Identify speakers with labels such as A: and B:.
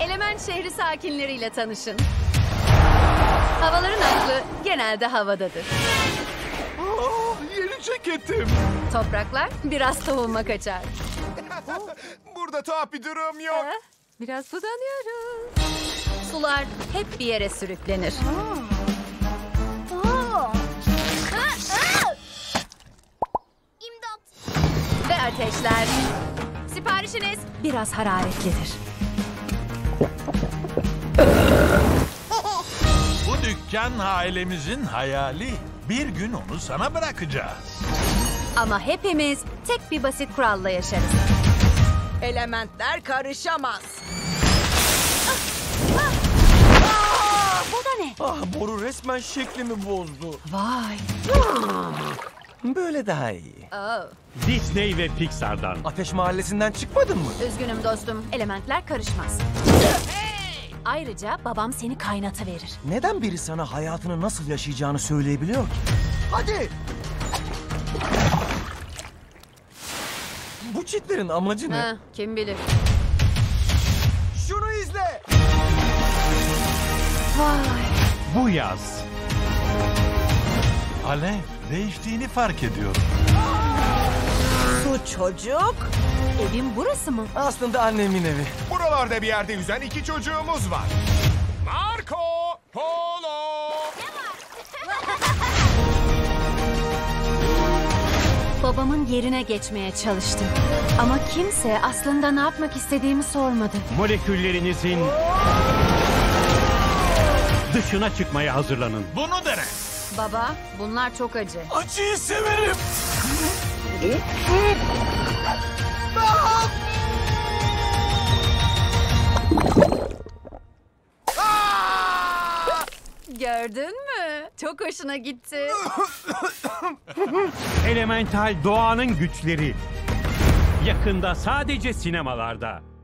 A: Lütfen şehri sakinleriyle tanışın. Havaların aklı genelde havadadır.
B: Aa, yeni ceketim.
A: Topraklar biraz tohuma kaçar.
B: Burada tuhaf bir durum yok.
C: Biraz sudanıyoruz.
A: Sular hep bir yere sürüklenir.
D: İmdat.
A: Ve ateşler. Siparişiniz biraz hararetlidir.
E: Bu dükkan ailemizin hayali. Bir gün onu sana bırakacağız.
A: Ama hepimiz tek bir basit kuralla yaşarız.
F: Elementler karışamaz.
B: Ah, boru resmen şeklimi bozdu.
A: Vay.
B: Böyle daha iyi.
A: Oh.
G: Disney ve Pixar'dan.
B: Ateş Mahallesi'nden çıkmadın mı?
A: Üzgünüm dostum. Elementler karışmaz. Ayrıca babam seni kaynata verir.
B: Neden biri sana hayatını nasıl yaşayacağını söyleyebiliyor ki? Hadi! Bu çitlerin amacı ne?
A: Ha, kim bilir.
B: Şunu izle!
G: Bu yaz.
E: Alev değiştiğini fark ediyorum.
F: Su çocuk.
A: Evim burası mı?
B: Aslında annemin evi.
H: Buralarda bir yerde yüzen iki çocuğumuz var. Marco Polo.
A: Babamın yerine geçmeye çalıştım. Ama kimse aslında ne yapmak istediğimi sormadı.
G: Moleküllerinizin dışına çıkmaya hazırlanın.
E: Bunu dene.
A: Baba, bunlar çok acı.
B: Acıyı severim.
A: Gördün mü? Çok hoşuna gitti.
G: Elemental doğanın güçleri. Yakında sadece sinemalarda.